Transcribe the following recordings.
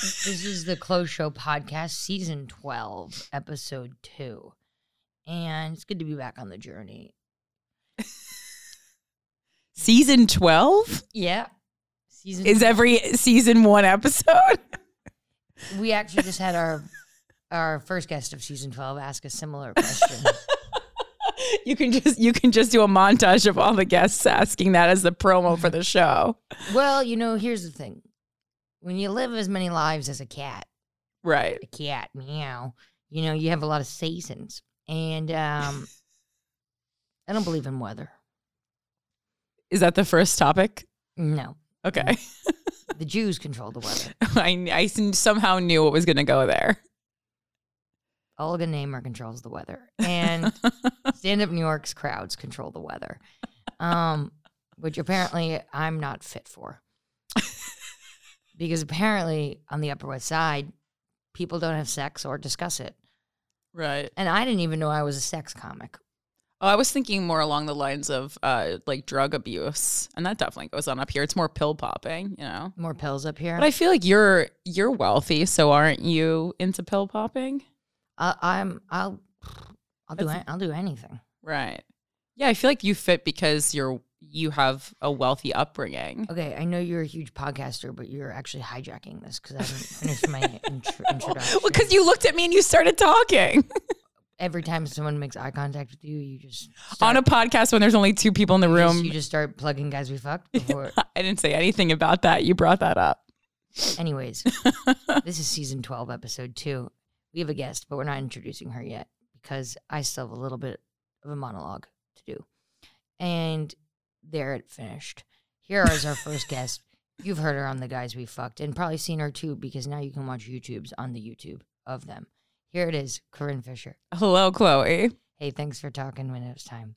this is the Close Show podcast, season 12, episode 2. And it's good to be back on the journey. Season 12 Yeah. Season is every season one episode. We actually just had our our first guest of season 12 ask a similar question. You can just you can just do a montage of all the guests asking that as the promo for the show. well, you know, here's the thing. When you live as many lives as a cat, Right. a cat, meow, you know, you have a lot of seasons. And um I don't believe in weather. Is that the first topic? No. Okay. The Jews control the weather. I I somehow knew it was going to go there. Olga Namer controls the weather, and Stand Up New York's crowds control the weather, um, which apparently I'm not fit for. because apparently on the Upper West Side, people don't have sex or discuss it. Right. And I didn't even know I was a sex comic. Oh, I was thinking more along the lines of uh, like drug abuse, and that definitely goes on up here. It's more pill popping, you know. More pills up here. But I feel like you're you're wealthy, so aren't you into pill popping? I, I'm I'll I'll do That's- an- I'll do anything. Right. Yeah, I feel like you fit because you're you have a wealthy upbringing. Okay, I know you're a huge podcaster, but you're actually hijacking this because I haven't finished my intro- introduction. Well, because you looked at me and you started talking every time someone makes eye contact with you, you just on a podcast when there's only two people in the You just- room. You just start plugging guys we fucked before. I didn't say anything about that. You brought that up. Anyways, this is season 12, episode two. We have a guest, but we're not introducing her yet because I still have a little bit of a monologue to do. And there it finished. Here is our first guest. You've heard her on the guys we fucked and probably seen her too because now you can watch YouTubes on the YouTube of them. Here it is, Corinne Fisher. Hello, Chloe. Hey, thanks for talking when it was time.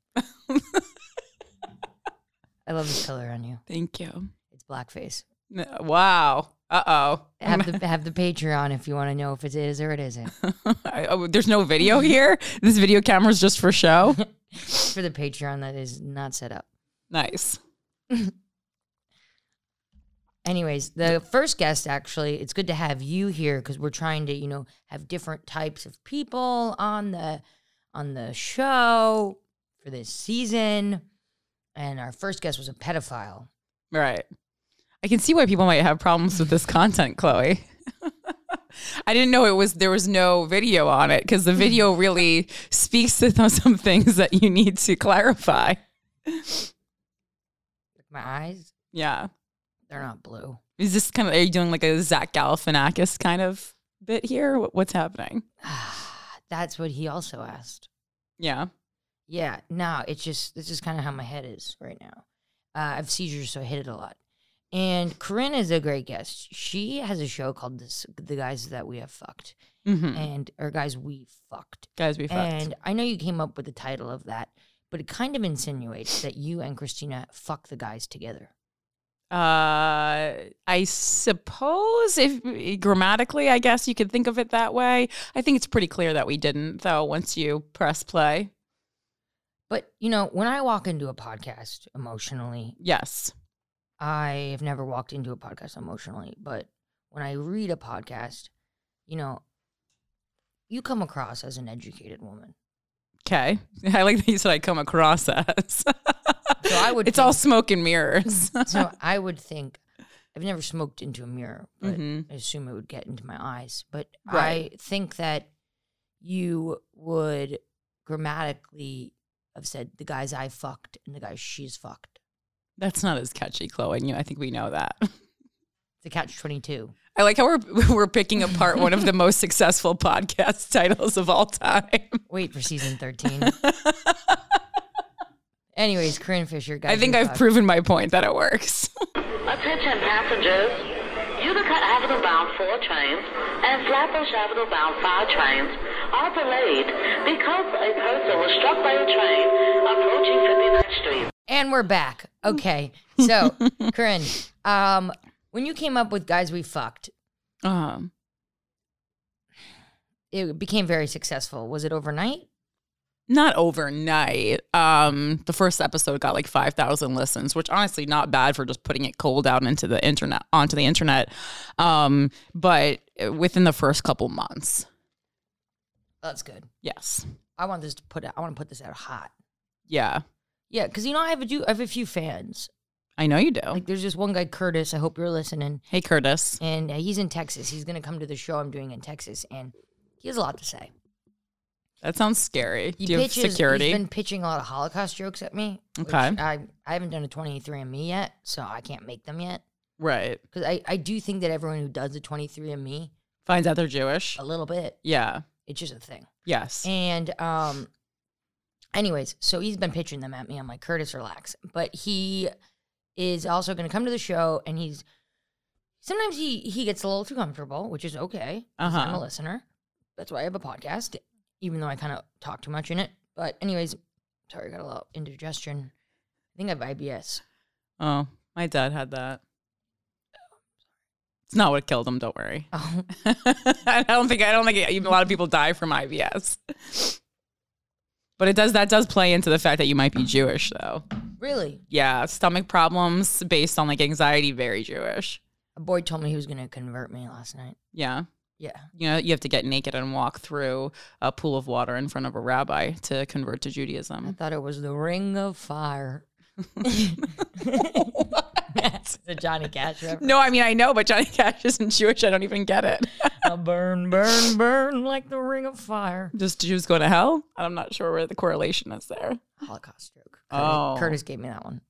I love this color on you. Thank you. It's blackface. N- Wow. Uh oh. Have the have the Patreon if you want to know if it is or it isn't. oh, there's no video here. This video camera's just for show. For the Patreon that is not set up. nice. Anyways, the first guest actually, it's good to have you here because we're trying to, you know, have different types of people on the on the show for this season. And our first guest was a pedophile. Right. I can see why people might have problems with this content, Chloe. I didn't know it was there was no video on it because the video really speaks to th- some things that you need to clarify. My eyes, Yeah. they're not blue. Is this kind of are you doing like a Zach Galifianakis kind of bit here? What, what's happening? That's what he also asked. Yeah. Yeah, no, it's just this is kind of how my head is right now. Uh, I have seizures, so I hit it a lot. And Corinne is a great guest. She has a show called "This the Guys That We Have Fucked" hmm and or guys we fucked. Guys, we fucked. And I know you came up with the title of that, but it kind of insinuates that you and Christina fuck the guys together. Uh, I suppose if grammatically, I guess you could think of it that way. I think it's pretty clear that we didn't, though. Once you press play, But you know, when I walk into a podcast emotionally, yes, I have never walked into a podcast emotionally, but when I read a podcast, you know, you come across as an educated woman. okay. I like that you said I come across as. So I would It's all smoke and mirrors. So I would think I've never smoked into a mirror, but Mhm. I assume it would get into my eyes. But I Right. think that you would grammatically have said the guys I fucked and the guys she's fucked. That's not as catchy, Chloe. And you, I think we know that. It's a catch twenty two. I like how we're we're picking apart one of the most successful podcast titles of all time. Wait for season thirteen. Anyways, Corinne Fisher, guys. I think we I've fucked. proven my point that it works. Attention passengers. Utica Avenue bound four trains and Flatbush Avenue bound five trains are delayed because a person was struck by a train approaching 59th Street. And we're back. Okay. So, Corinne, um, when you came up with Guys We Fucked, Um, it became very successful. Was it overnight? not overnight. Um, the first episode got like five thousand listens, which honestly not bad for just putting it cold out into the internet onto the internet. Um, but within the first couple months, That's good. yes, I want this to put out. I want to put this out hot. yeah, Yeah, because you know I have a do. I have a few fans. I know you do. Like there's this one guy Curtis. I hope you're listening. hey, Curtis. and uh, he's in Texas. He's gonna come to the show I'm doing in Texas, and he has a lot to say. That sounds scary. He do you have security? He's been pitching a lot of Holocaust jokes at me. which Okay. I I haven't done a 23andMe yet, so I can't make them yet. right. Because I I do think that everyone who does a 23andMe Finds out they're Jewish. a little bit, Yeah. it's just a thing. Yes. And um, anyways, so he's been pitching them at me. I'm like, Curtis, relax. But he is also going to come to the show, and he's sometimes he he gets a little too comfortable, which is okay. 'cause I'm Uh-huh. a listener. That's why I have a podcast, even though I kind of talk too much in it. But anyways, sorry, I got a little indigestion. I think I have IBS. oh, my dad had that. It's not what killed him. Don't worry. Oh, I don't think I don't think even a lot of people die from IBS. But it does that does play into the fact that you might be Jewish though. really? Yeah, stomach problems based on like anxiety, very Jewish. A boy told me he was going to convert me last night. Yeah. Yeah. You know, you have to get naked and walk through a pool of water in front of a rabbi to convert to I Judaism. thought it was the ring of fire. What? It's a Johnny Cash reference. No, I mean I know, but Johnny Cash isn't Jewish. I don't even get it. I burn, burn, burn like the ring of fire. Just Jews go to hell? I'm not sure where the correlation is there. Holocaust joke. Curtis, Oh. Curtis gave me that one.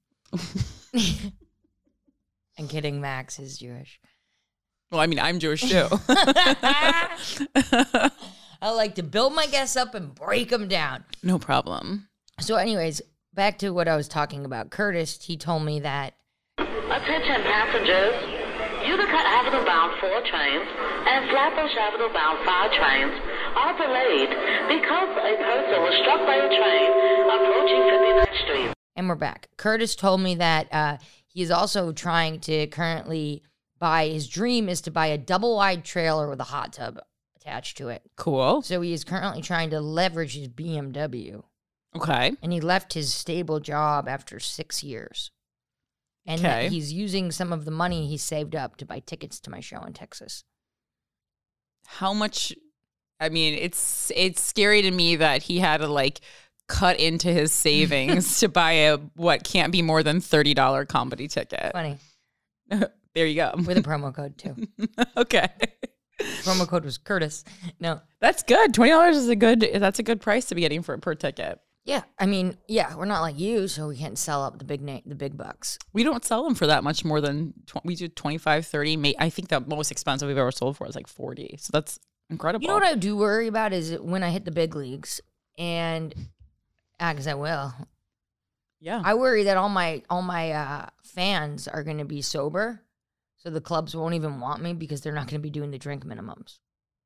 I'm kidding. Max is Jewish. Well, I mean I'm Jewish too. I like to build my guests up and break them down. no problem. So, anyways, back to what I was talking about. Curtis, he told me that Attention passengers. Utica Avenue bound four trains and Flatbush Avenue bound five trains are delayed because a person was struck by a train approaching 59th Street. and we're back. Curtis told me that uh, he is also trying to currently buy his dream is to buy a double wide trailer with a hot tub attached to it. Cool. So he is currently trying to leverage his BMW, Okay. and he left his stable job after six years. And that Okay. he's using some of the money he saved up to buy tickets to my show in Texas. How much I mean, it's it's scary to me that he had to like cut into his savings to buy a what can't be more than $30 comedy ticket. Funny There you go. with a promo code too. okay. promo code was Curtis. No, That's good. $20 is a good that's a good price to be getting for per ticket. yeah, I mean, yeah, we're not like you, so we can't sell up the big name, the big bucks. We don't sell them for that much more than tw- we do 25, 30. May- I think the most expensive we've ever sold for is like 40. So that's incredible. You know what I do worry about is when I hit the big leagues, and because I will, yeah. I worry that all my all my uh, fans are going to be sober, so the clubs won't even want me because they're not going to be doing the drink minimums.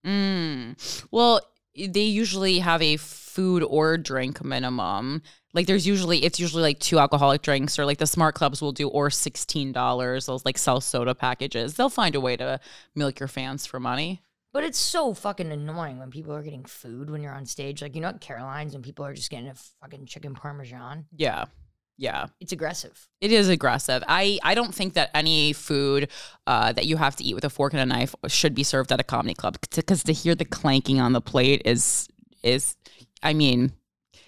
Mm. Well, they usually have a food or drink minimum. Like there's usually it's usually like two alcoholic drinks or like the smart clubs will do or sixteen dollars. They'll like sell soda packages. They'll find a way to milk your fans for money. But it's so fucking annoying when people are getting food when you're on stage. Like you know at Caroline's and people are just getting a fucking chicken parmesan. Yeah. Yeah. It's aggressive. It is aggressive. I, I don't think that any food uh, that you have to eat with a fork and a knife should be served at a comedy club because to hear the clanking on the plate is is I mean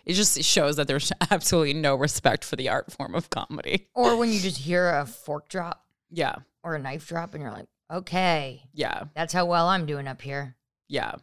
it just shows that there's absolutely no respect for the art form of comedy. Or when you just hear a fork drop Yeah, or a knife drop and you're like, okay, yeah, that's how well I'm doing up here. yeah.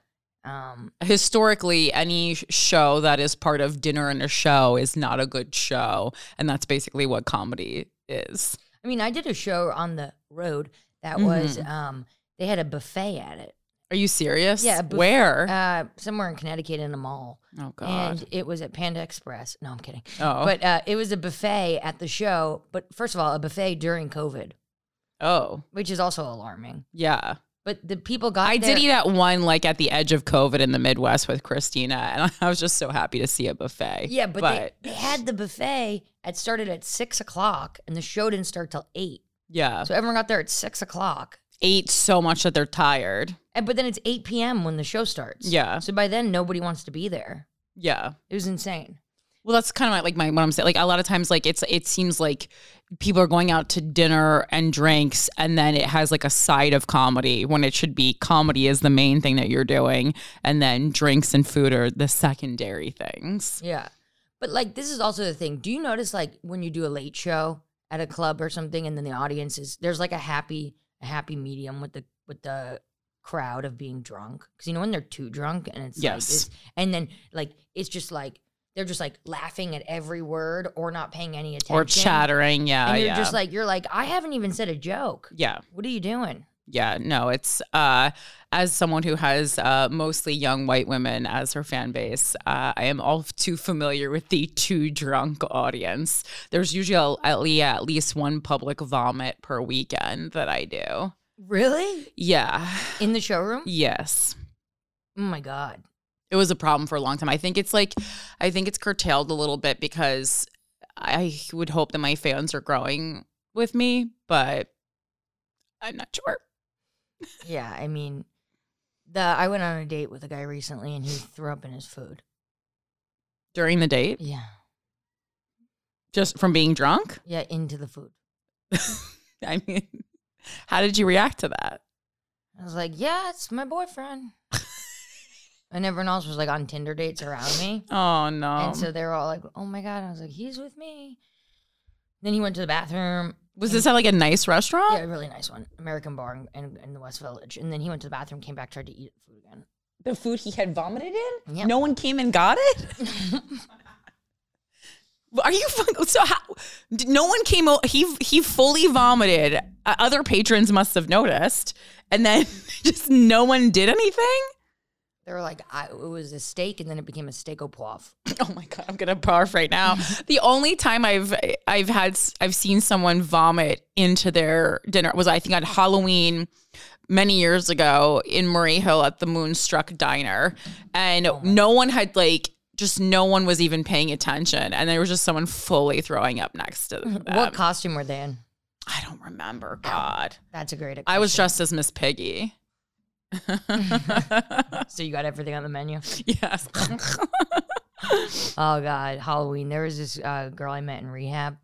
Um, Historically, any sh- show that is part of dinner and a show is not a good show, and that's basically what comedy is. I mean, I did a show on the road that was Mm-hmm. um, they had a buffet at it. Are you serious? Yeah, but- Where? Uh, somewhere in Connecticut in a mall. oh God. And it was at Panda Express. No, I'm kidding. oh. But uh, it was a buffet at the show. But first of all, a buffet during COVID, oh. which is also alarming. Yeah. But the people got I there- did eat at one like at the edge of COVID in the Midwest with Christina, and I was just so happy to see a buffet. Yeah, but, They, they had the buffet. It started at six o'clock, and the show didn't start till eight. yeah, So everyone got there at six o'clock. ate so much that they're tired. And, but then it's eight p.m. when the show starts. Yeah. So by then nobody wants to be there. Yeah. It was insane. Well, that's kind of my, like my what I'm saying. Like a lot of times, like it's it seems like people are going out to dinner and drinks, and then it has like a side of comedy when it should be comedy is the main thing that you're doing, and then drinks and food are the secondary things. Yeah. But like this is also the thing. Do you notice like when you do a late show at a club or something and then the audience is there's like a happy a happy medium with the with the crowd of being drunk. Cuz you know when they're too drunk and it's like Yes. this and then like it's just like they're just like laughing at every word or not paying any attention Or chattering, yeah, And you're yeah, just like you're like I haven't even said a joke. yeah. What are you doing? Yeah, no, it's uh, as someone who has uh, mostly young white women as her fan base, uh, I am all too familiar with the too drunk audience. There's usually at le- at least one public vomit per weekend that I do. Really? Yeah, In the showroom? yes. Oh my god. It was a problem for a long time. I think it's like, I think it's curtailed a little bit because I would hope that my fans are growing with me, but I'm not sure. Yeah, I mean, the I went on a date with a guy recently, and he threw up in his food. During the date, Yeah, just from being drunk? yeah, into the food. I mean, how did you react to that? I was like, yeah, it's my boyfriend. and everyone else was like on Tinder dates around me, Oh no! and so they were all like, "Oh my god!" I was like, "He's with me." Then he went to the bathroom. was this at like a nice restaurant? Yeah, a really nice one, American bar in, in, in the West Village. And then he went to the bathroom, came back, tried to eat food again. The food he had vomited in. Yeah. No one came and got it. Are you fuck- so? How, d- no one came. o- He he fully vomited. Uh, other patrons must have noticed, and then just no one did anything. They were like, I, "It was a steak," and then it became a steak au poivre. Oh my god, I'm gonna barf right now. the only time I've I've had I've seen someone vomit into their dinner was I think on Halloween many years ago in Murray Hill at the Moonstruck Diner, and no one had like just no one was even paying attention, and there was just someone fully throwing up next to them. what costume were they in? I don't remember. God, That's a great. I was question. dressed as Miss Piggy. So you got everything on the menu. Yes. Oh God, Halloween. There was this uh, girl I met in rehab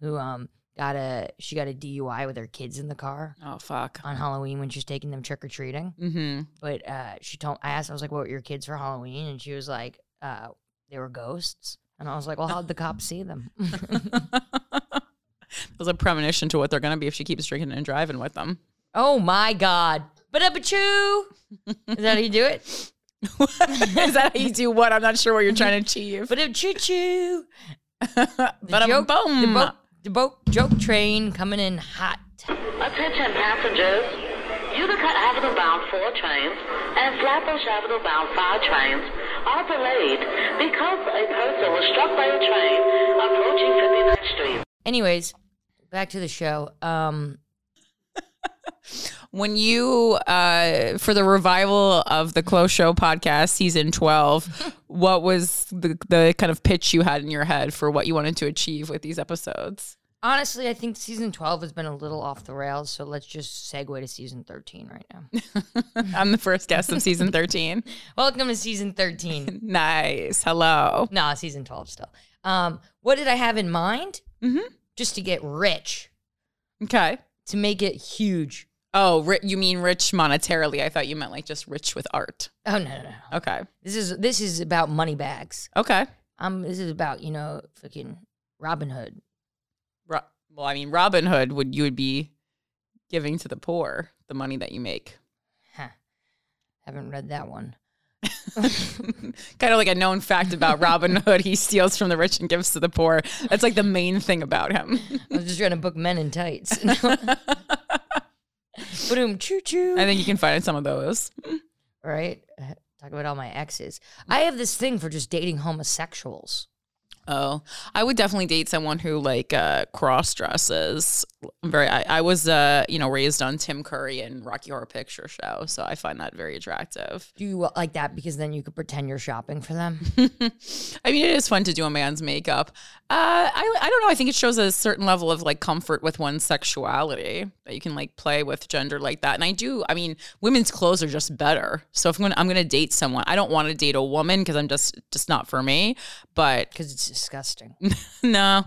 who um got a she got a DUI with her kids in the car oh fuck. on Halloween when she was taking them trick or treating. Mm-hmm. But uh, she told I asked I was like, "What were your kids for Halloween?" And she was like, uh, "They were ghosts." And I was like, "Well, how'd the cops see them?" It was a premonition to what they're gonna be if she keeps drinking and driving with them. oh my God! But up a chew. Is that how you do it? is that how you do what? I'm not sure what you're trying to achieve. But a choo choo. But I'm The boom. boat, the boat joke train coming in hot. Attention passengers. Utica Avenue bound four trains and Flatbush Avenue bound five trains are delayed because a person was struck by a train approaching 59th Street. Anyways, back to the show. Um. When you uh for the revival of the Close Show podcast season 12, what was the the kind of pitch you had in your head for what you wanted to achieve with these episodes? Honestly, I think season 12 has been a little off the rails, so let's just segue to season 13 right now. I'm the first guest of season 13. Welcome to season 13. Nice. Hello. nah, season 12 still. Um, what did I have in mind? Mhm. Just to get rich, Okay. to make it huge. Oh, ri- you mean rich monetarily? I thought you meant like just rich with art. Oh no, no, no. Okay. This is this is about money bags. Okay. Um this is about, you know, fucking Robin Hood. Ro- well, I mean, Robin Hood would you would be giving to the poor the money that you make, Huh. Haven't read that one. kind of like a known fact about Robin Hood. He steals from the rich and gives to the poor. That's like the main thing about him. I was just trying to book men in tights. Boom, choo choo. I think you can find some of those. Uh, Mm. right? Talk about all my exes. I have this thing for just dating homosexuals. Oh, I would definitely date someone who like uh, cross dresses. Very, I, I was uh, you know raised on Tim Curry and Rocky Horror Picture Show, so I find that very attractive. Do you like that because then you could pretend you're shopping for them? I mean, it is fun to do a man's makeup. Uh, I I don't know. I think it shows a certain level of like comfort with one's sexuality that you can like play with gender like that. And I do. I mean, women's clothes are just better. So if I'm gonna, I'm gonna date someone, I don't want to date a woman because I'm just just not for me. But Because it's disgusting. no,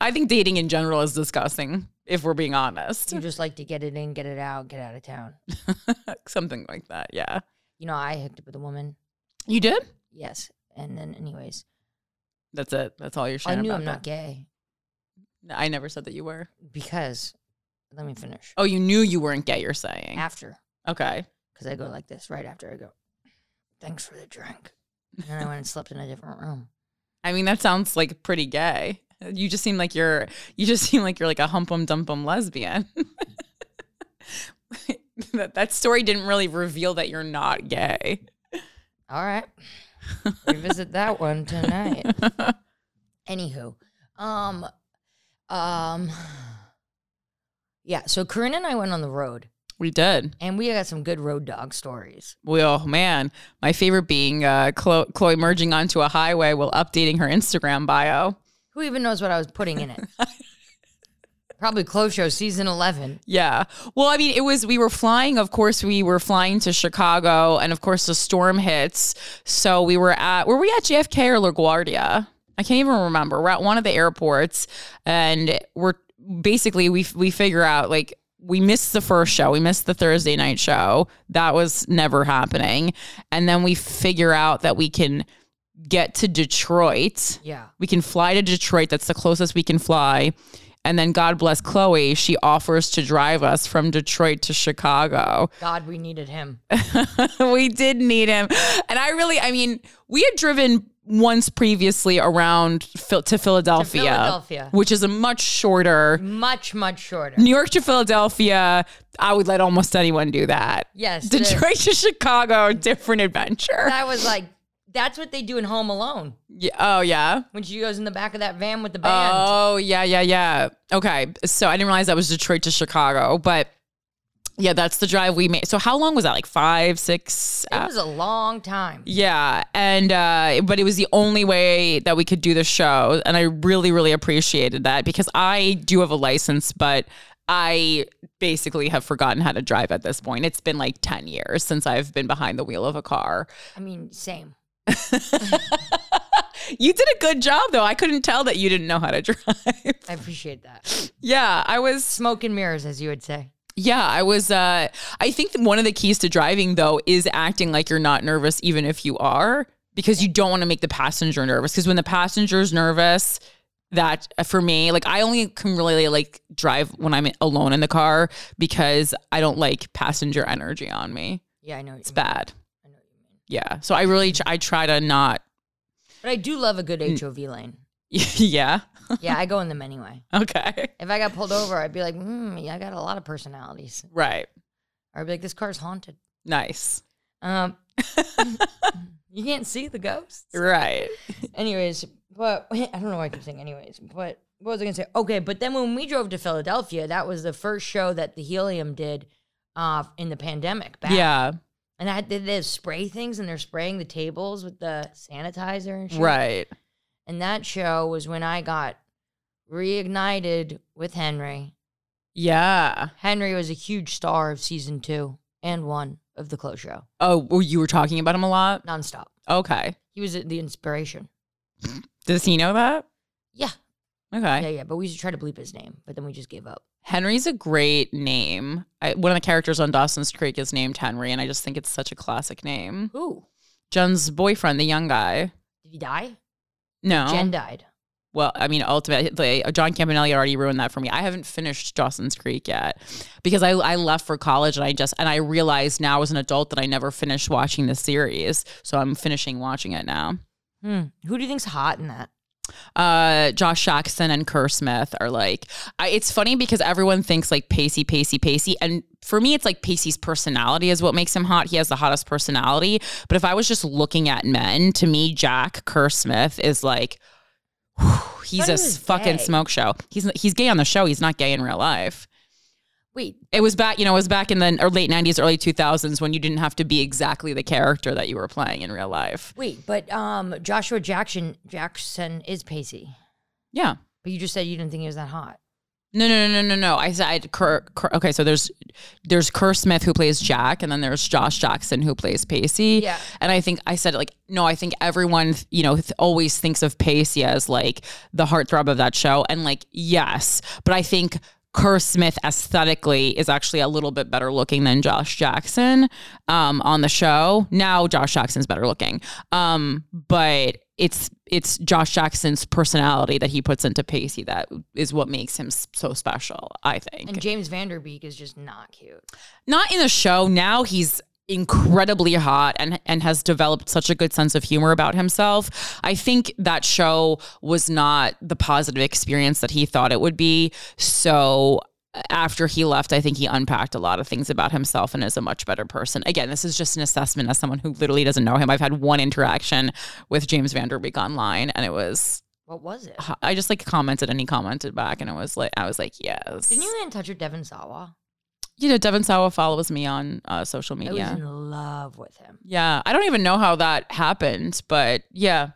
I think dating in general is disgusting. If we're being honest, you just like to get it in, get it out, get out of town. something like that. Yeah, You know, I hooked up with a woman. you did. Yes. And then, anyways, That's it. That's all you're I sharing. knew about I'm not that. gay No, I never said that you were. because, let me finish. Oh, you knew you weren't gay. You're saying. After, Okay. because I go like this right after I go, thanks for the drink. And then I went and slept in a different room. I mean, that sounds like pretty gay. You just seem like you're. You just seem like you're like a humpum dumpum lesbian. that that story didn't really reveal that you're not gay. All right. Revisit that one tonight. Anywho, um, um, yeah. So Corinne and I went on the road, we did. and we got some good road dog stories. Well, man, my favorite being uh, Chloe, Chloe merging onto a highway while updating her Instagram bio. Who even knows what I was putting in it? Probably Close Show season eleven. Yeah. Well, I mean, it was, we were flying, of course, we were flying to Chicago, and of course, the storm hits. So we were at, were we at JFK or LaGuardia? I can't even remember. We're at one of the airports, and we're basically, we, we figure out like, we missed the first show. We missed the Thursday night show. That was never happening. And then we figure out that we can get to Detroit. Yeah. We can fly to Detroit. That's the closest we can fly. And then God bless Chloe. She offers to drive us from Detroit to Chicago. God, we needed him. we did need him. And I really, I mean, we had driven once previously around Phil- to Philadelphia, Philadelphia. which is a much shorter Much, much shorter. New York to Philadelphia. I would let almost anyone do that. Yes. the- Detroit to Chicago, different adventure. That was like, that's what they do in Home Alone Yeah. Oh, yeah. when she goes in the back of that van with the band. Oh, yeah, yeah, yeah. Okay. So I didn't realize that was Detroit to Chicago, but yeah, that's the drive we made. So how long was that? Like five, six? it hou- was a long time. yeah. And, uh, but it was the only way that we could do the show. And I really, really appreciated that because I do have a license, but I basically have forgotten how to drive at this point. It's been like 10 years since I've been behind the wheel of a car. I mean, same. You did a good job, though. I couldn't tell that you didn't know how to drive. I appreciate that. yeah. I was. Smoke and mirrors, as you would say. Yeah, I was. Uh, I think that one of the keys to driving, though, is acting like you're not nervous, even if you are, because you don't want to make the passenger nervous. Because when the passenger's nervous, that uh, for me, like I only can really like drive when I'm alone in the car because I don't like passenger energy on me. Yeah, I know. It's It's bad. Mm-hmm. I know what you mean. Yeah, so I really tr- I try to not. But I do love a Mm. good HOV lane. yeah. Yeah, I go in them anyway. Okay. If I got pulled over, I'd be like, hmm, yeah, I got a lot of personalities. Right. Or I'd be like, this car's haunted. Nice. Um, you can't see the ghosts. Right. Anyways, but I don't know why I keep saying anyways, but what was I gonna say? Okay, but then when we drove to Philadelphia, that was the first show that the Helium did uh, in the pandemic. Back. Yeah. and I did those spray things, and they're spraying the tables with the sanitizer and shit. Right. And that show was when I got reignited with Henry. Yeah. Henry was a huge star of season two and one of the Close Show, Oh, well, you were talking about him a lot. nonstop. Okay. He was the inspiration. Does he know that? Yeah, Okay. yeah, yeah. But we used to try to bleep his name, but then we just gave up. Henry's a great name. I, one of the characters on Dawson's Creek is named Henry, and I just think it's such a classic name. Who? Jen's boyfriend, the young guy. Did he die? No. Jen died. well, I mean, ultimately, uh, John Campanelli already ruined that for me. I haven't finished Dawson's Creek yet because I, I left for college and I just, and I realized now as an adult that I never finished watching the series. So I'm finishing watching it now. Hmm. Who do you think's hot in that? uh, Josh Jackson and Kerr Smith are like, I, it's funny because everyone thinks like Pacey, Pacey, Pacey. And for me, it's like Pacey's personality is what makes him hot. He has the hottest personality. But if I was just looking at men, to me, Jack Kerr Smith is like whew, he's Thought he a was fucking gay. smoke show. He's he's gay on the show. He's not gay in real life. Wait, It was back, you know, it was back in the or late '90s, early 2000s when you didn't have to be exactly the character that you were playing in real life. wait, but um, Joshua Jackson Jackson is Pacey, Yeah. but you just said you didn't think he was that hot. No, no, no, no, no, no. I said I'd Kerr, Kerr, okay. So there's there's Kerr Smith who plays Jack, and then there's Josh Jackson who plays Pacey. Yeah. And I think I said like no, I think everyone you know th- always thinks of Pacey as like the heartthrob of that show, and like yes, but I think Kerr Smith aesthetically is actually a little bit better looking than Josh Jackson um, on the show. Now Josh Jackson's better looking, um, but it's it's Josh Jackson's personality that he puts into Pacey that is what makes him s- so special. I think And James Vanderbeek is just not cute. not in the show. Now he's incredibly hot and and has developed such a good sense of humor about himself. I think that show was not the positive experience that he thought it would be. So uh, after he left, I think he unpacked a lot of things about himself and is a much better person. Again, this is just an assessment as someone who literally doesn't know him. I've had one interaction with James Vanderbeek online and it was What was it? I just like commented and he commented back and it was like I was like, yes. Didn't you get in touch with Devin Sawa? you know, Devin Sawa follows me on uh, social I media. was in love with him. Yeah, I don't even know how that happened, but yeah.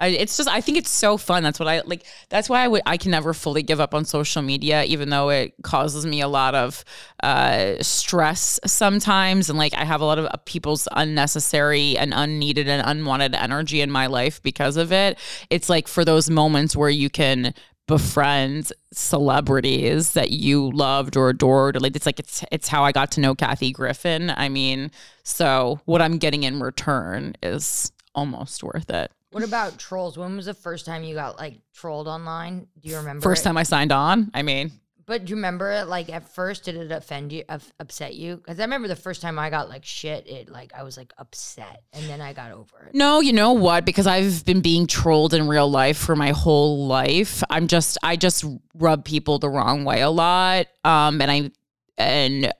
I, it's just I think it's so fun. That's what I like. That's why I would I can never fully give up on social media, even though it causes me a lot of uh, stress sometimes, and like I have a lot of uh, people's unnecessary and unneeded and unwanted energy in my life because of it. It's like for those moments where you can befriend celebrities that you loved or adored. Like it's like it's it's how I got to know Kathy Griffin. I mean, so what I'm getting in return is almost worth it. What about trolls? When was the first time you got like trolled online? Do you remember? First it? time I signed on, I mean, But do you remember it? Like at first, did it offend you, of- upset you? Because I remember the first time I got like shit, it like I was like upset, and then I got over it. no, you know what? Because I've been being trolled in real life for my whole life. I'm just I just rub people the wrong way a lot, um, and I and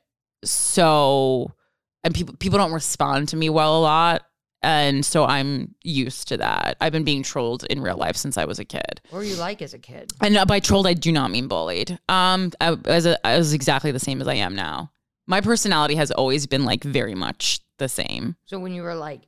so and people people don't respond to me well a lot. And so I'm used to that. I've been being trolled in real life since I was a kid. What were you like as a kid? And uh, by trolled, I do not mean bullied. Um, I, as a, I was exactly the same as I am now. My personality has always been like very much the same. So when you were like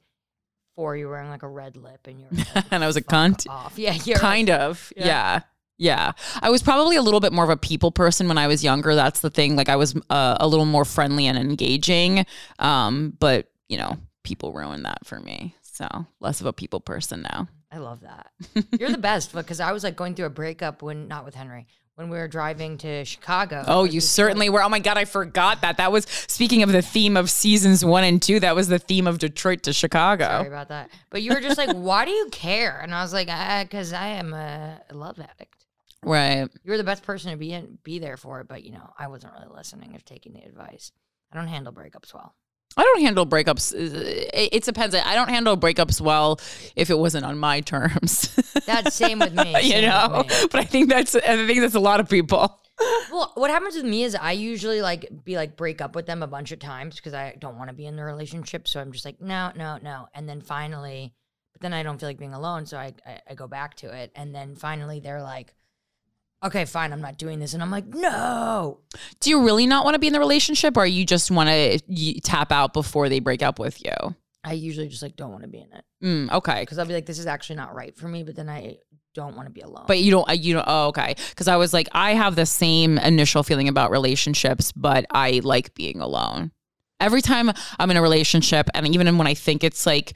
four, you were wearing like a red lip, and you're like, And I was a "Fuck cunt. Off, yeah, you're kind of, Yeah. yeah. yeah. I was probably a little bit more of a people person when I was younger. That's the thing. Like I was uh, a little more friendly and engaging. Um, but you know, people ruined that for me. So less of a people person now. I love that. You're the best because I was like going through a breakup when not with Henry when we were driving to Chicago. Oh, with you this certainly were. Oh my God, I forgot that. That was speaking of the theme of seasons one and two. That was the theme of Detroit to Chicago. Sorry about that. But you were just like, why do you care? And I was like, because I am a love addict. Right. You were the best person to be in, be there for it, but you know, I wasn't really listening or taking the advice. I don't handle breakups well. I don't handle breakups. uh, It, it depends. I don't handle breakups well if it wasn't on my terms. That's same with me. you same with know, me. but I think that's I think that's a lot of people. Well, what happens with me is I usually like be like break up with them a bunch of times because I don't want to be in the relationship. So I'm just like, no, no, no. And then finally, but then I don't feel like being alone. So I, I, I go back to it. And then finally they're like, okay, fine, I'm not doing this. And I'm like, no. Do you really not want to be in the relationship, or you just want to you, tap out before they break up with you? I usually just like don't want to be in it Mm, okay, because I'll be like, this is actually not right for me. But then I don't want to be alone. but you don't. uh, You don't. Oh, okay. Because I was like, I have the same initial feeling about relationships, but I like being alone. Every time I'm in a relationship, and even when I think it's like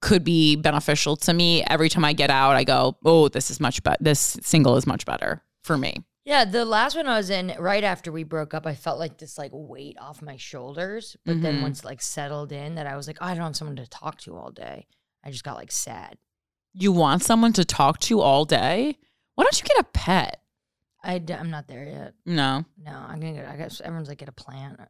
could be beneficial to me, every time I get out, I go, "Oh, this is much better. This single is much better for me." Yeah, the last one I was in, right after we broke up, I felt like this like weight off my shoulders. But then Mhm. once like settled in, that I was like, oh, I don't have someone to talk to all day. I just got like sad. You want someone to talk to all day? Why don't you get a pet? I d- I'm not there yet. No, No, I'm gonna get. I guess everyone's like get a plant.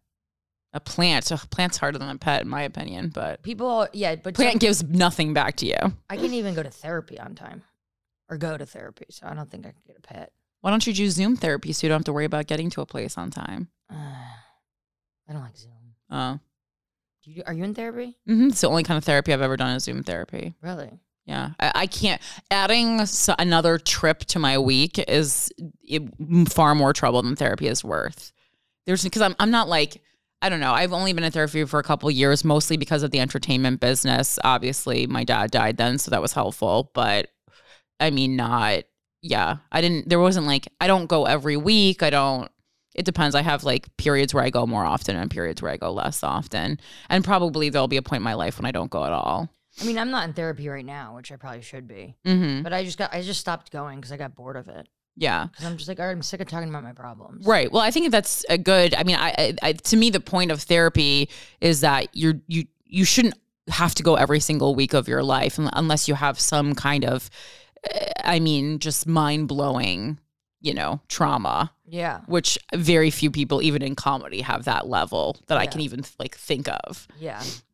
a plant. A plant's harder than a pet, in my opinion. But People, yeah, but plant some- gives nothing back to you. I can even go to therapy on time, or go to therapy. So I don't think I could get a pet. Why don't you do Zoom therapy so you don't have to worry about getting to a place on time? Uh, I don't like Zoom. Oh, mm-hmm, Do you, are you in therapy? hmm it's the only kind of therapy I've ever done is Zoom therapy. Really? Yeah, I, I can't. Adding s- another trip to my week is it, m- far more trouble than therapy is worth. There's because I'm I'm not like I don't know. I've only been in therapy for a couple years, mostly because of the entertainment business. Obviously, my dad died then, so that was helpful. But I mean, not yeah. I didn't. There wasn't like I don't go every week. I don't. It depends. I have like periods where I go more often and periods where I go less often. And probably there'll be a point in my life when I don't go at all. I mean, I'm not in therapy right now, which I probably should be, hmm but I just got I just stopped going because I got bored of it. Yeah. Because I'm just like, all right, I'm sick of talking about my problems. Right. Well, I think that's a good. I mean, I, I, I to me the point of therapy is that you're you you shouldn't have to go every single week of your life un- unless you have some kind of, eh, I mean, just mind blowing, you know, trauma. Yeah. Which very few people, even in comedy, have that level that I Yeah. can even like think of. Yeah. 'Cause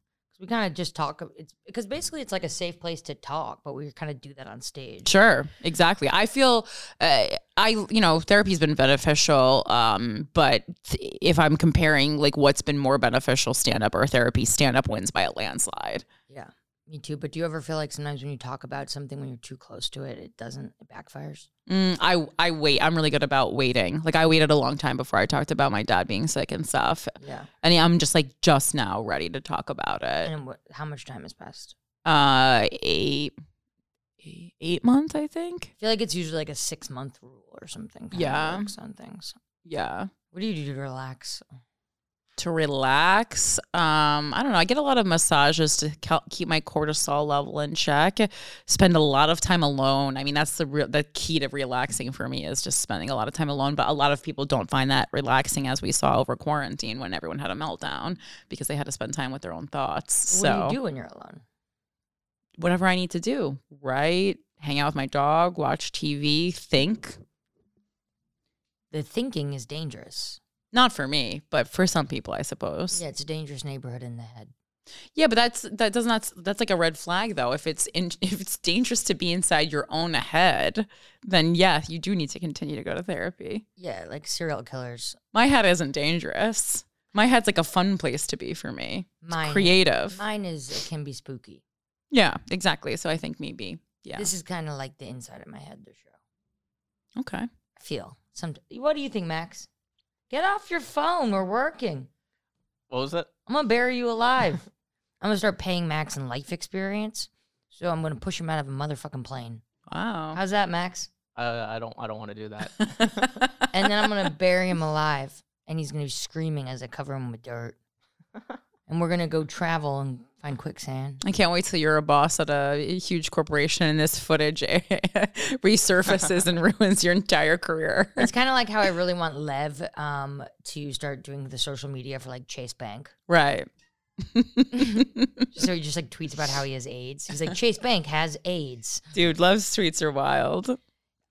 we kind of just talk. It's because basically it's like a safe place to talk, but we kind of do that on stage. Sure, exactly. I feel uh, I you know therapy's been beneficial, um, but th- if I'm comparing like what's been more beneficial, stand up or therapy, stand up wins by a landslide. Yeah. Me too. But do you ever feel like sometimes when you talk about something when you're too close to it, it doesn't it backfires? Mm, I I wait. I'm really good about waiting. Like I waited a long time before I talked about my dad being sick and stuff, Yeah. and I'm just like just now ready to talk about it. And what, how much time has passed? Uh, eight eight- eight months, I think. I feel like it's usually like a six month rule or something. kinda Yeah. relax on things. Yeah. What do you do to relax? to relax. Um, I don't know. I get a lot of massages to cal- keep my cortisol level in check. Spend a lot of time alone. I mean, that's the real the key to relaxing for me is just spending a lot of time alone. But a lot of people don't find that relaxing, as we saw over quarantine when everyone had a meltdown because they had to spend time with their own thoughts. so what do you do when you're alone? whatever I need to do, right? Hang out with my dog, watch TV, think. The thinking is dangerous. Not for me, but for some people, I suppose. Yeah, it's a dangerous neighborhood in the head. Yeah, but that's that does not that's like a red flag though. If it's in, if it's dangerous to be inside your own head, then yeah, you do need to continue to go to therapy. Yeah, like serial killers. My head isn't dangerous. My head's like a fun place to be for me. Mine, Creative. mine is it can be spooky. Yeah, exactly. So I think maybe yeah. This is kind of like the inside of my head. The show. okay. I feel. Some. What do you think, Max? Get off your phone. We're working. What was that? I'm gonna bury you alive. I'm gonna start paying Max in life experience. So I'm gonna push him out of a motherfucking plane. Wow. How's that, Max? Uh, I don't. I don't want to do that. And then I'm gonna bury him alive, and he's gonna be screaming as I cover him with dirt. And we're gonna go travel and find quicksand. I can't wait till you're a boss at a huge corporation and this footage resurfaces and ruins your entire career. It's kind of like how I really want Lev um, to start doing the social media for like Chase Bank. Right. So he just like tweets about how he has AIDS. He's like, Chase Bank has AIDS. Dude, love tweets are wild.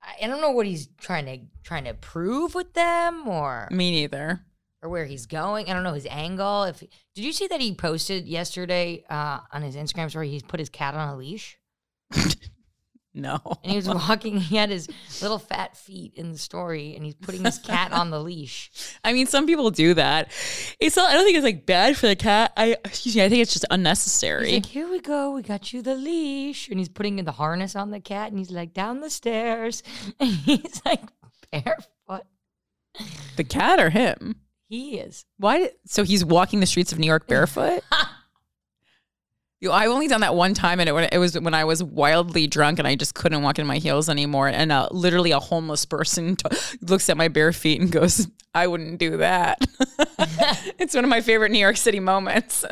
I, I don't know what he's trying to trying to prove with them or Me neither. or where he's going. I don't know his angle. If did you see that he posted yesterday uh, on his Instagram story? He's put his cat on a leash No. and he was walking. He had his little fat feet in the story, and he's putting his cat on the leash. I mean, some people do that. It's not, I don't think it's like bad for the cat. I, excuse me, I think it's just unnecessary. He's like, here we go. We got you the leash. And he's putting in the harness on the cat and he's like, down the stairs. And he's like, barefoot. the cat or him? He is. Why? did- So he's walking the streets of New York barefoot? You know, I've only done that one time, and it, when- it was when I was wildly drunk and I just couldn't walk in my heels anymore. And uh, literally, a homeless person t- looks at my bare feet and goes, I wouldn't do that. it's one of my favorite New York City moments.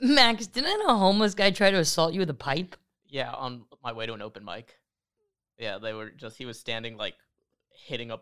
Max, didn't a homeless guy try to assault you with a pipe? yeah, on my way to an open mic. Yeah, they were just. He was standing like hitting a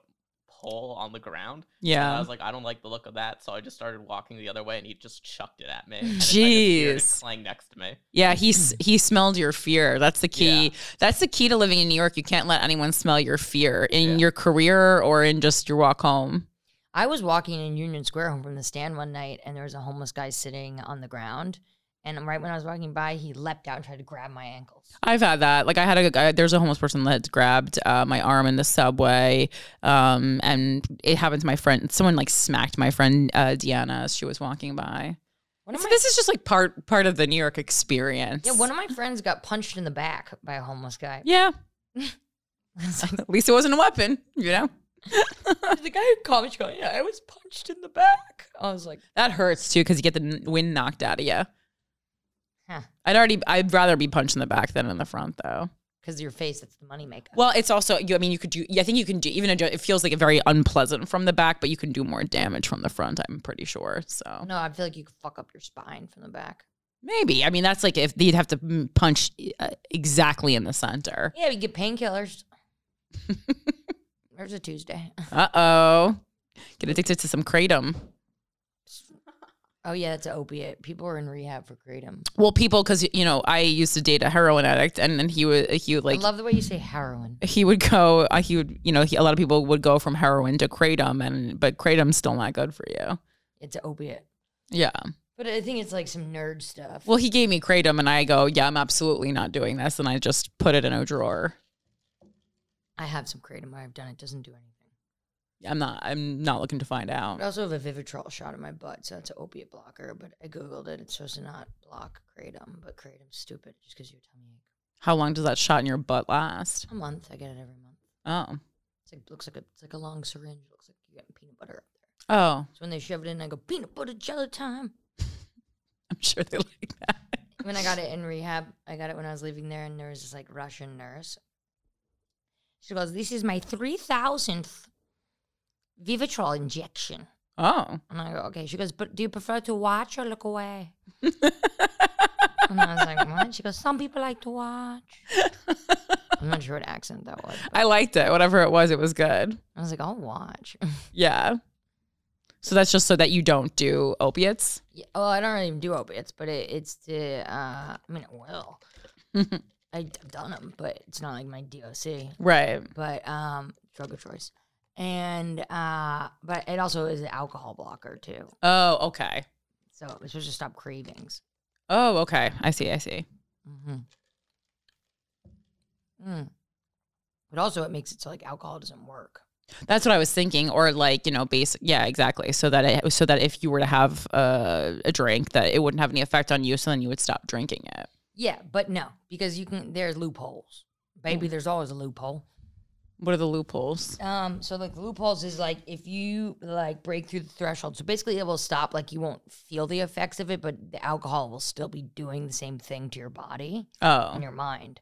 pole on the ground. And I yeah. was like, I don't like the look of that, so I just started walking the other way, and he just chucked it at me. and Jeez. playing next to me. Yeah, he s- he smelled your fear. That's the key. Yeah. That's the key to living in New York. You can't let anyone smell your fear in Yeah. your career or in just your walk home. I was walking in Union Square home from the stand one night and there was a homeless guy sitting on the ground. And right when I was walking by, he leapt out and tried to grab my ankles. I've had that. Like I had a guy, there's a homeless person that grabbed uh, my arm in the subway, um, and it happened to my friend. Someone like smacked my friend uh, Deanna as she was walking by. One of It's- my, this is just like part part of the New York experience. yeah, one of my friends got punched in the back by a homeless guy. yeah. It's like, At least it wasn't a weapon, you know. the guy who called me, she goes, "Yeah, I was punched in the back." I was like, That hurts too because you get the n- wind knocked out of you. "Huh," I'd already, I'd rather be punched in the back than in the front, though. because your face—that's the money maker. Well, it's also, you, I mean, you could do. I think you can do even. A, it feels like a very unpleasant from the back, but you can do more damage from the front. I'm pretty sure. So No, I feel like you could fuck up your spine from the back. maybe. I mean, that's like if you'd have to mm, punch uh, exactly in the center. Yeah, you get painkillers. There's a Tuesday. Uh oh, get addicted to some kratom. Oh yeah, that's an opiate. People are in rehab for kratom. Well, people, because you know, I used to date a heroin addict, and then he would, he would like. I love the way you say heroin. he would go uh, he would you know he, a lot of people would go from heroin to kratom and but kratom's still not good for you It's an opiate, yeah but I think it's like some nerd stuff. well he gave me kratom and i go yeah i'm absolutely not doing this and i just put it in a drawer I have some kratom. I've done it. Doesn't do anything. i'm not i'm not looking to find out I also have a Vivitrol shot in my butt, so that's an opiate blocker. But I googled it. It's supposed to not block kratom, but kratom's stupid. It just gives you a tummy ache. how long does that shot in your butt last A month. I get it every month. oh It's like looks like a it's like a long syringe. looks like you're getting peanut butter up there. oh So when they shove it in, I go peanut butter jelly time. i'm sure they like that when I got it in rehab, I got it when I was leaving there, and there was this like Russian nurse. She goes, "This is my three thousandth Vivitrol injection," oh and I go, "Okay." She goes, "But do you prefer to watch or look away?" and I was like, "What?" She goes, "Some people like to watch." I'm not sure what accent that was. i liked it whatever it was it was good I was like, "I'll watch." yeah so that's just so that you don't do opiates Yeah, well, I don't really even do opiates, but it, it's the uh, I mean, it will. I, I've done them, but it's not like my DOC. right but um drug of choice and uh but it also is an alcohol blocker too oh okay so it's supposed to stop cravings oh okay i see i see mm-hmm. mm. but also it makes it so like alcohol doesn't work That's what I was thinking, or like you know, basic. Yeah, exactly. So that it, so that if you were to have uh, a drink, that it wouldn't have any effect on you. So then you would stop drinking it. yeah but no because you can there's loopholes baby there's always a loophole What are the loopholes? um so like loopholes is like if you like break through the threshold so basically it will stop like you won't feel the effects of it but the alcohol will still be doing the same thing to your body in Oh, your mind.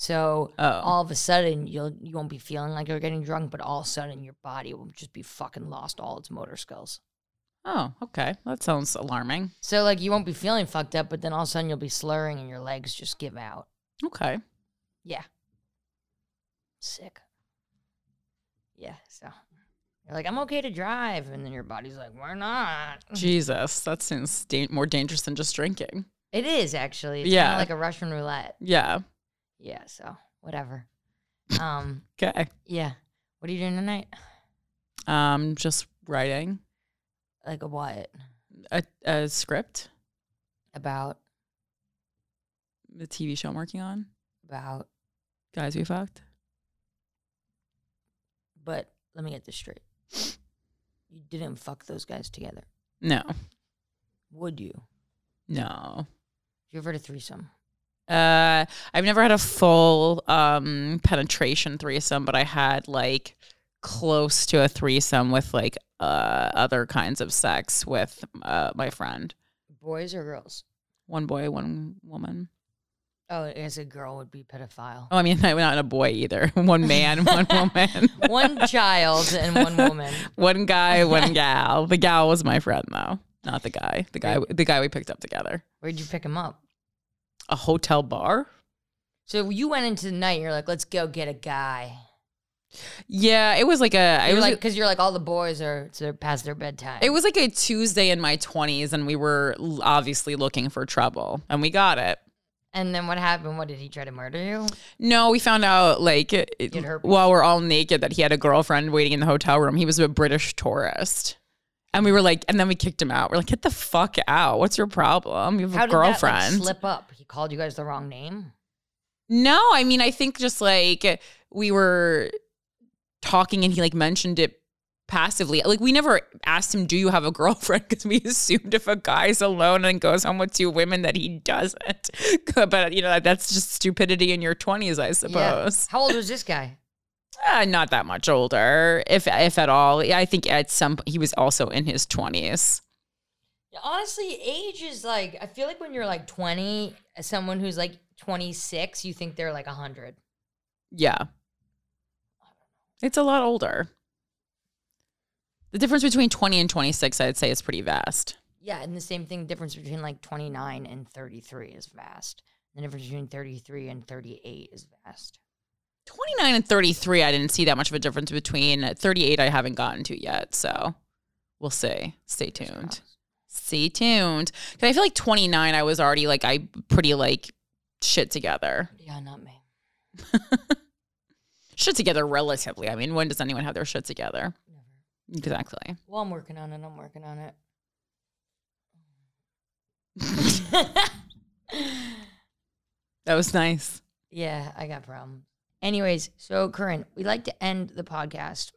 So Oh. all of a sudden you'll you won't be feeling like you're getting drunk, but all of a sudden your body will just be fucking lost all its motor skills. oh, okay. That sounds alarming. So like you won't be feeling fucked up, but then all of a sudden you'll be slurring and your legs just give out. Okay. Yeah. Sick. Yeah, so you're like, I'm okay to drive, and then your body's like, We're not. Jesus, that seems da- more dangerous than just drinking. It is actually. It's kinda Yeah. like a Russian roulette. Yeah. Yeah, so whatever. Um, Okay. yeah. What are you doing tonight? Um, just writing Like a what? a, a script, About the TV show I'm working on. about Guys, we fucked. but let me get this straight you didn't fuck those guys together No, would you no. you ever had a threesome Uh, I've never had a full um penetration threesome, but I had like close to a threesome with like uh other kinds of sex with uh my friend. boys or girls One boy, one woman. oh i guess a girl would be pedophile Oh, I mean, I'm not a boy either. One man, one woman. one child and one woman one guy, one gal. The gal was my friend though, not the guy. The guy, the guy we picked up together. where'd you pick him up A hotel bar. so you went into the night you're like let's go get a guy Yeah, it was like a. It you're was like because you're like all the boys are so they're past their bedtime It was like a Tuesday in my 20s, and we were l- obviously looking for trouble, and we got it. and then what happened what did he try to murder you No, we found out like it- Get herpes. while we're all naked that he had a girlfriend waiting in the hotel room. He was a British tourist. And we were like, and then we kicked him out. We're like, get the fuck out. What's your problem? You have how a did that, like, girlfriend. slip up he called you guys the wrong name no, I mean, I think just like we were talking and he like mentioned it passively. Like we never asked him, "Do you have a girlfriend?" Because we assumed if a guy's alone and goes home with two women, that he doesn't. but you know, that's just stupidity in your twenties, I suppose. How old was this guy? Uh, not that much older, if if at all. Yeah, I think at some he was also in his twenties. Honestly, age is like I feel like when you're like 20, as someone who's like 26, you think they're like 100. Yeah, it's a lot older. The difference between twenty and twenty six, I'd say, is pretty vast. Yeah, and the same thing difference between like 29 and 33 is vast. The difference between 33 and 38 is vast. 29 and 33 i didn't see that much of a difference between 38 i haven't gotten to yet so we'll see stay tuned stay tuned because i feel like 29 i was already like i pretty like shit together Yeah, not me. shit together relatively i mean when does anyone have their shit together Never. exactly Well, I'm working on it. I'm working on it. that was nice Yeah, I got problems. Anyways, so Corinne, we like to end the podcast.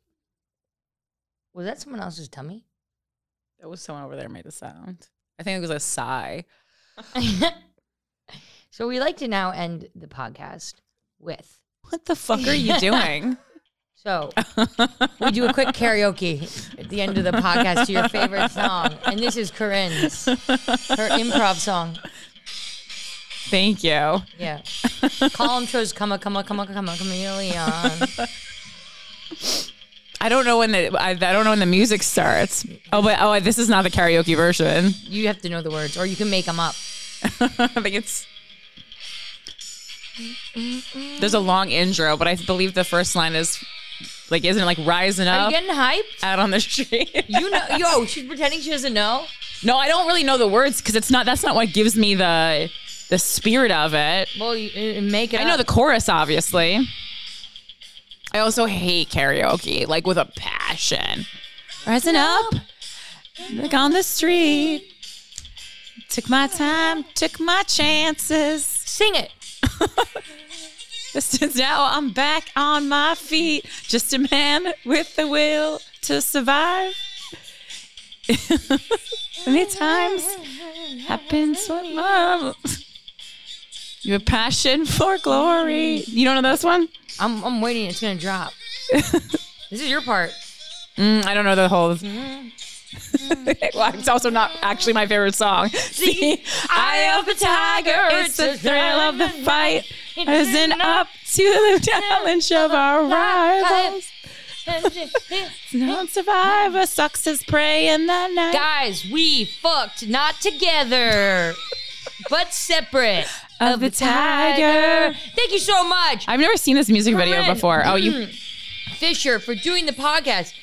Was that someone else's tummy? that was someone over there made the sound i think it was a sigh so we like to now end the podcast with. what the fuck are you doing So we do a quick karaoke at the end of the podcast to your favorite song. And this is Corinne's, her improv song. thank you Yeah. Colin chose Come On, Come On, Come On, Come On, Chameleon. i don't know when the i, I don't know when the music starts oh but oh this is not the karaoke version You have to know the words, or you can make them up. I think it's. There's a long intro, but I believe the first line is like, isn't it like rising Are you up getting hyped? out on the street? You know, yo, she's pretending she doesn't know. no, I don't really know the words because it's not. That's not what gives me the the spirit of it. Well, you, uh, make it. I know up. the chorus, obviously. I also hate karaoke, like with a passion. Rising up, like on the street. Took my time, took my chances. sing it. This is now I'm back on my feet. Just a man with the will to survive. Many times happens what love. Your passion for glory. You don't know this one? I'm, I'm waiting. It's gonna drop. this is your part. Mm, I don't know the whole. well, it's also not actually my favorite song. Mm. See, eye of the tiger, it's the thrill of the fight. Rising up to the challenge of our rivals. Non survivor sucks his prey in the night. Guys, we fucked not together, but separate. Of the tiger. Thank you so much, I've never seen this music video Corinne. before. Oh, you Fisher, for doing the podcast.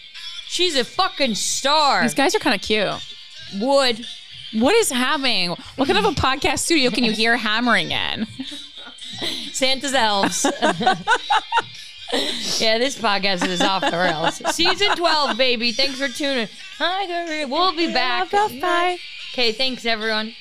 She's a fucking star. these guys are kind of cute. Wood. What is happening? What kind of a podcast studio can you hear hammering in? Santa's elves. yeah, this podcast is off the rails. Season 12, baby. Thanks for tuning. Hi, Gary. We'll be back. Bye. Okay, thanks, everyone.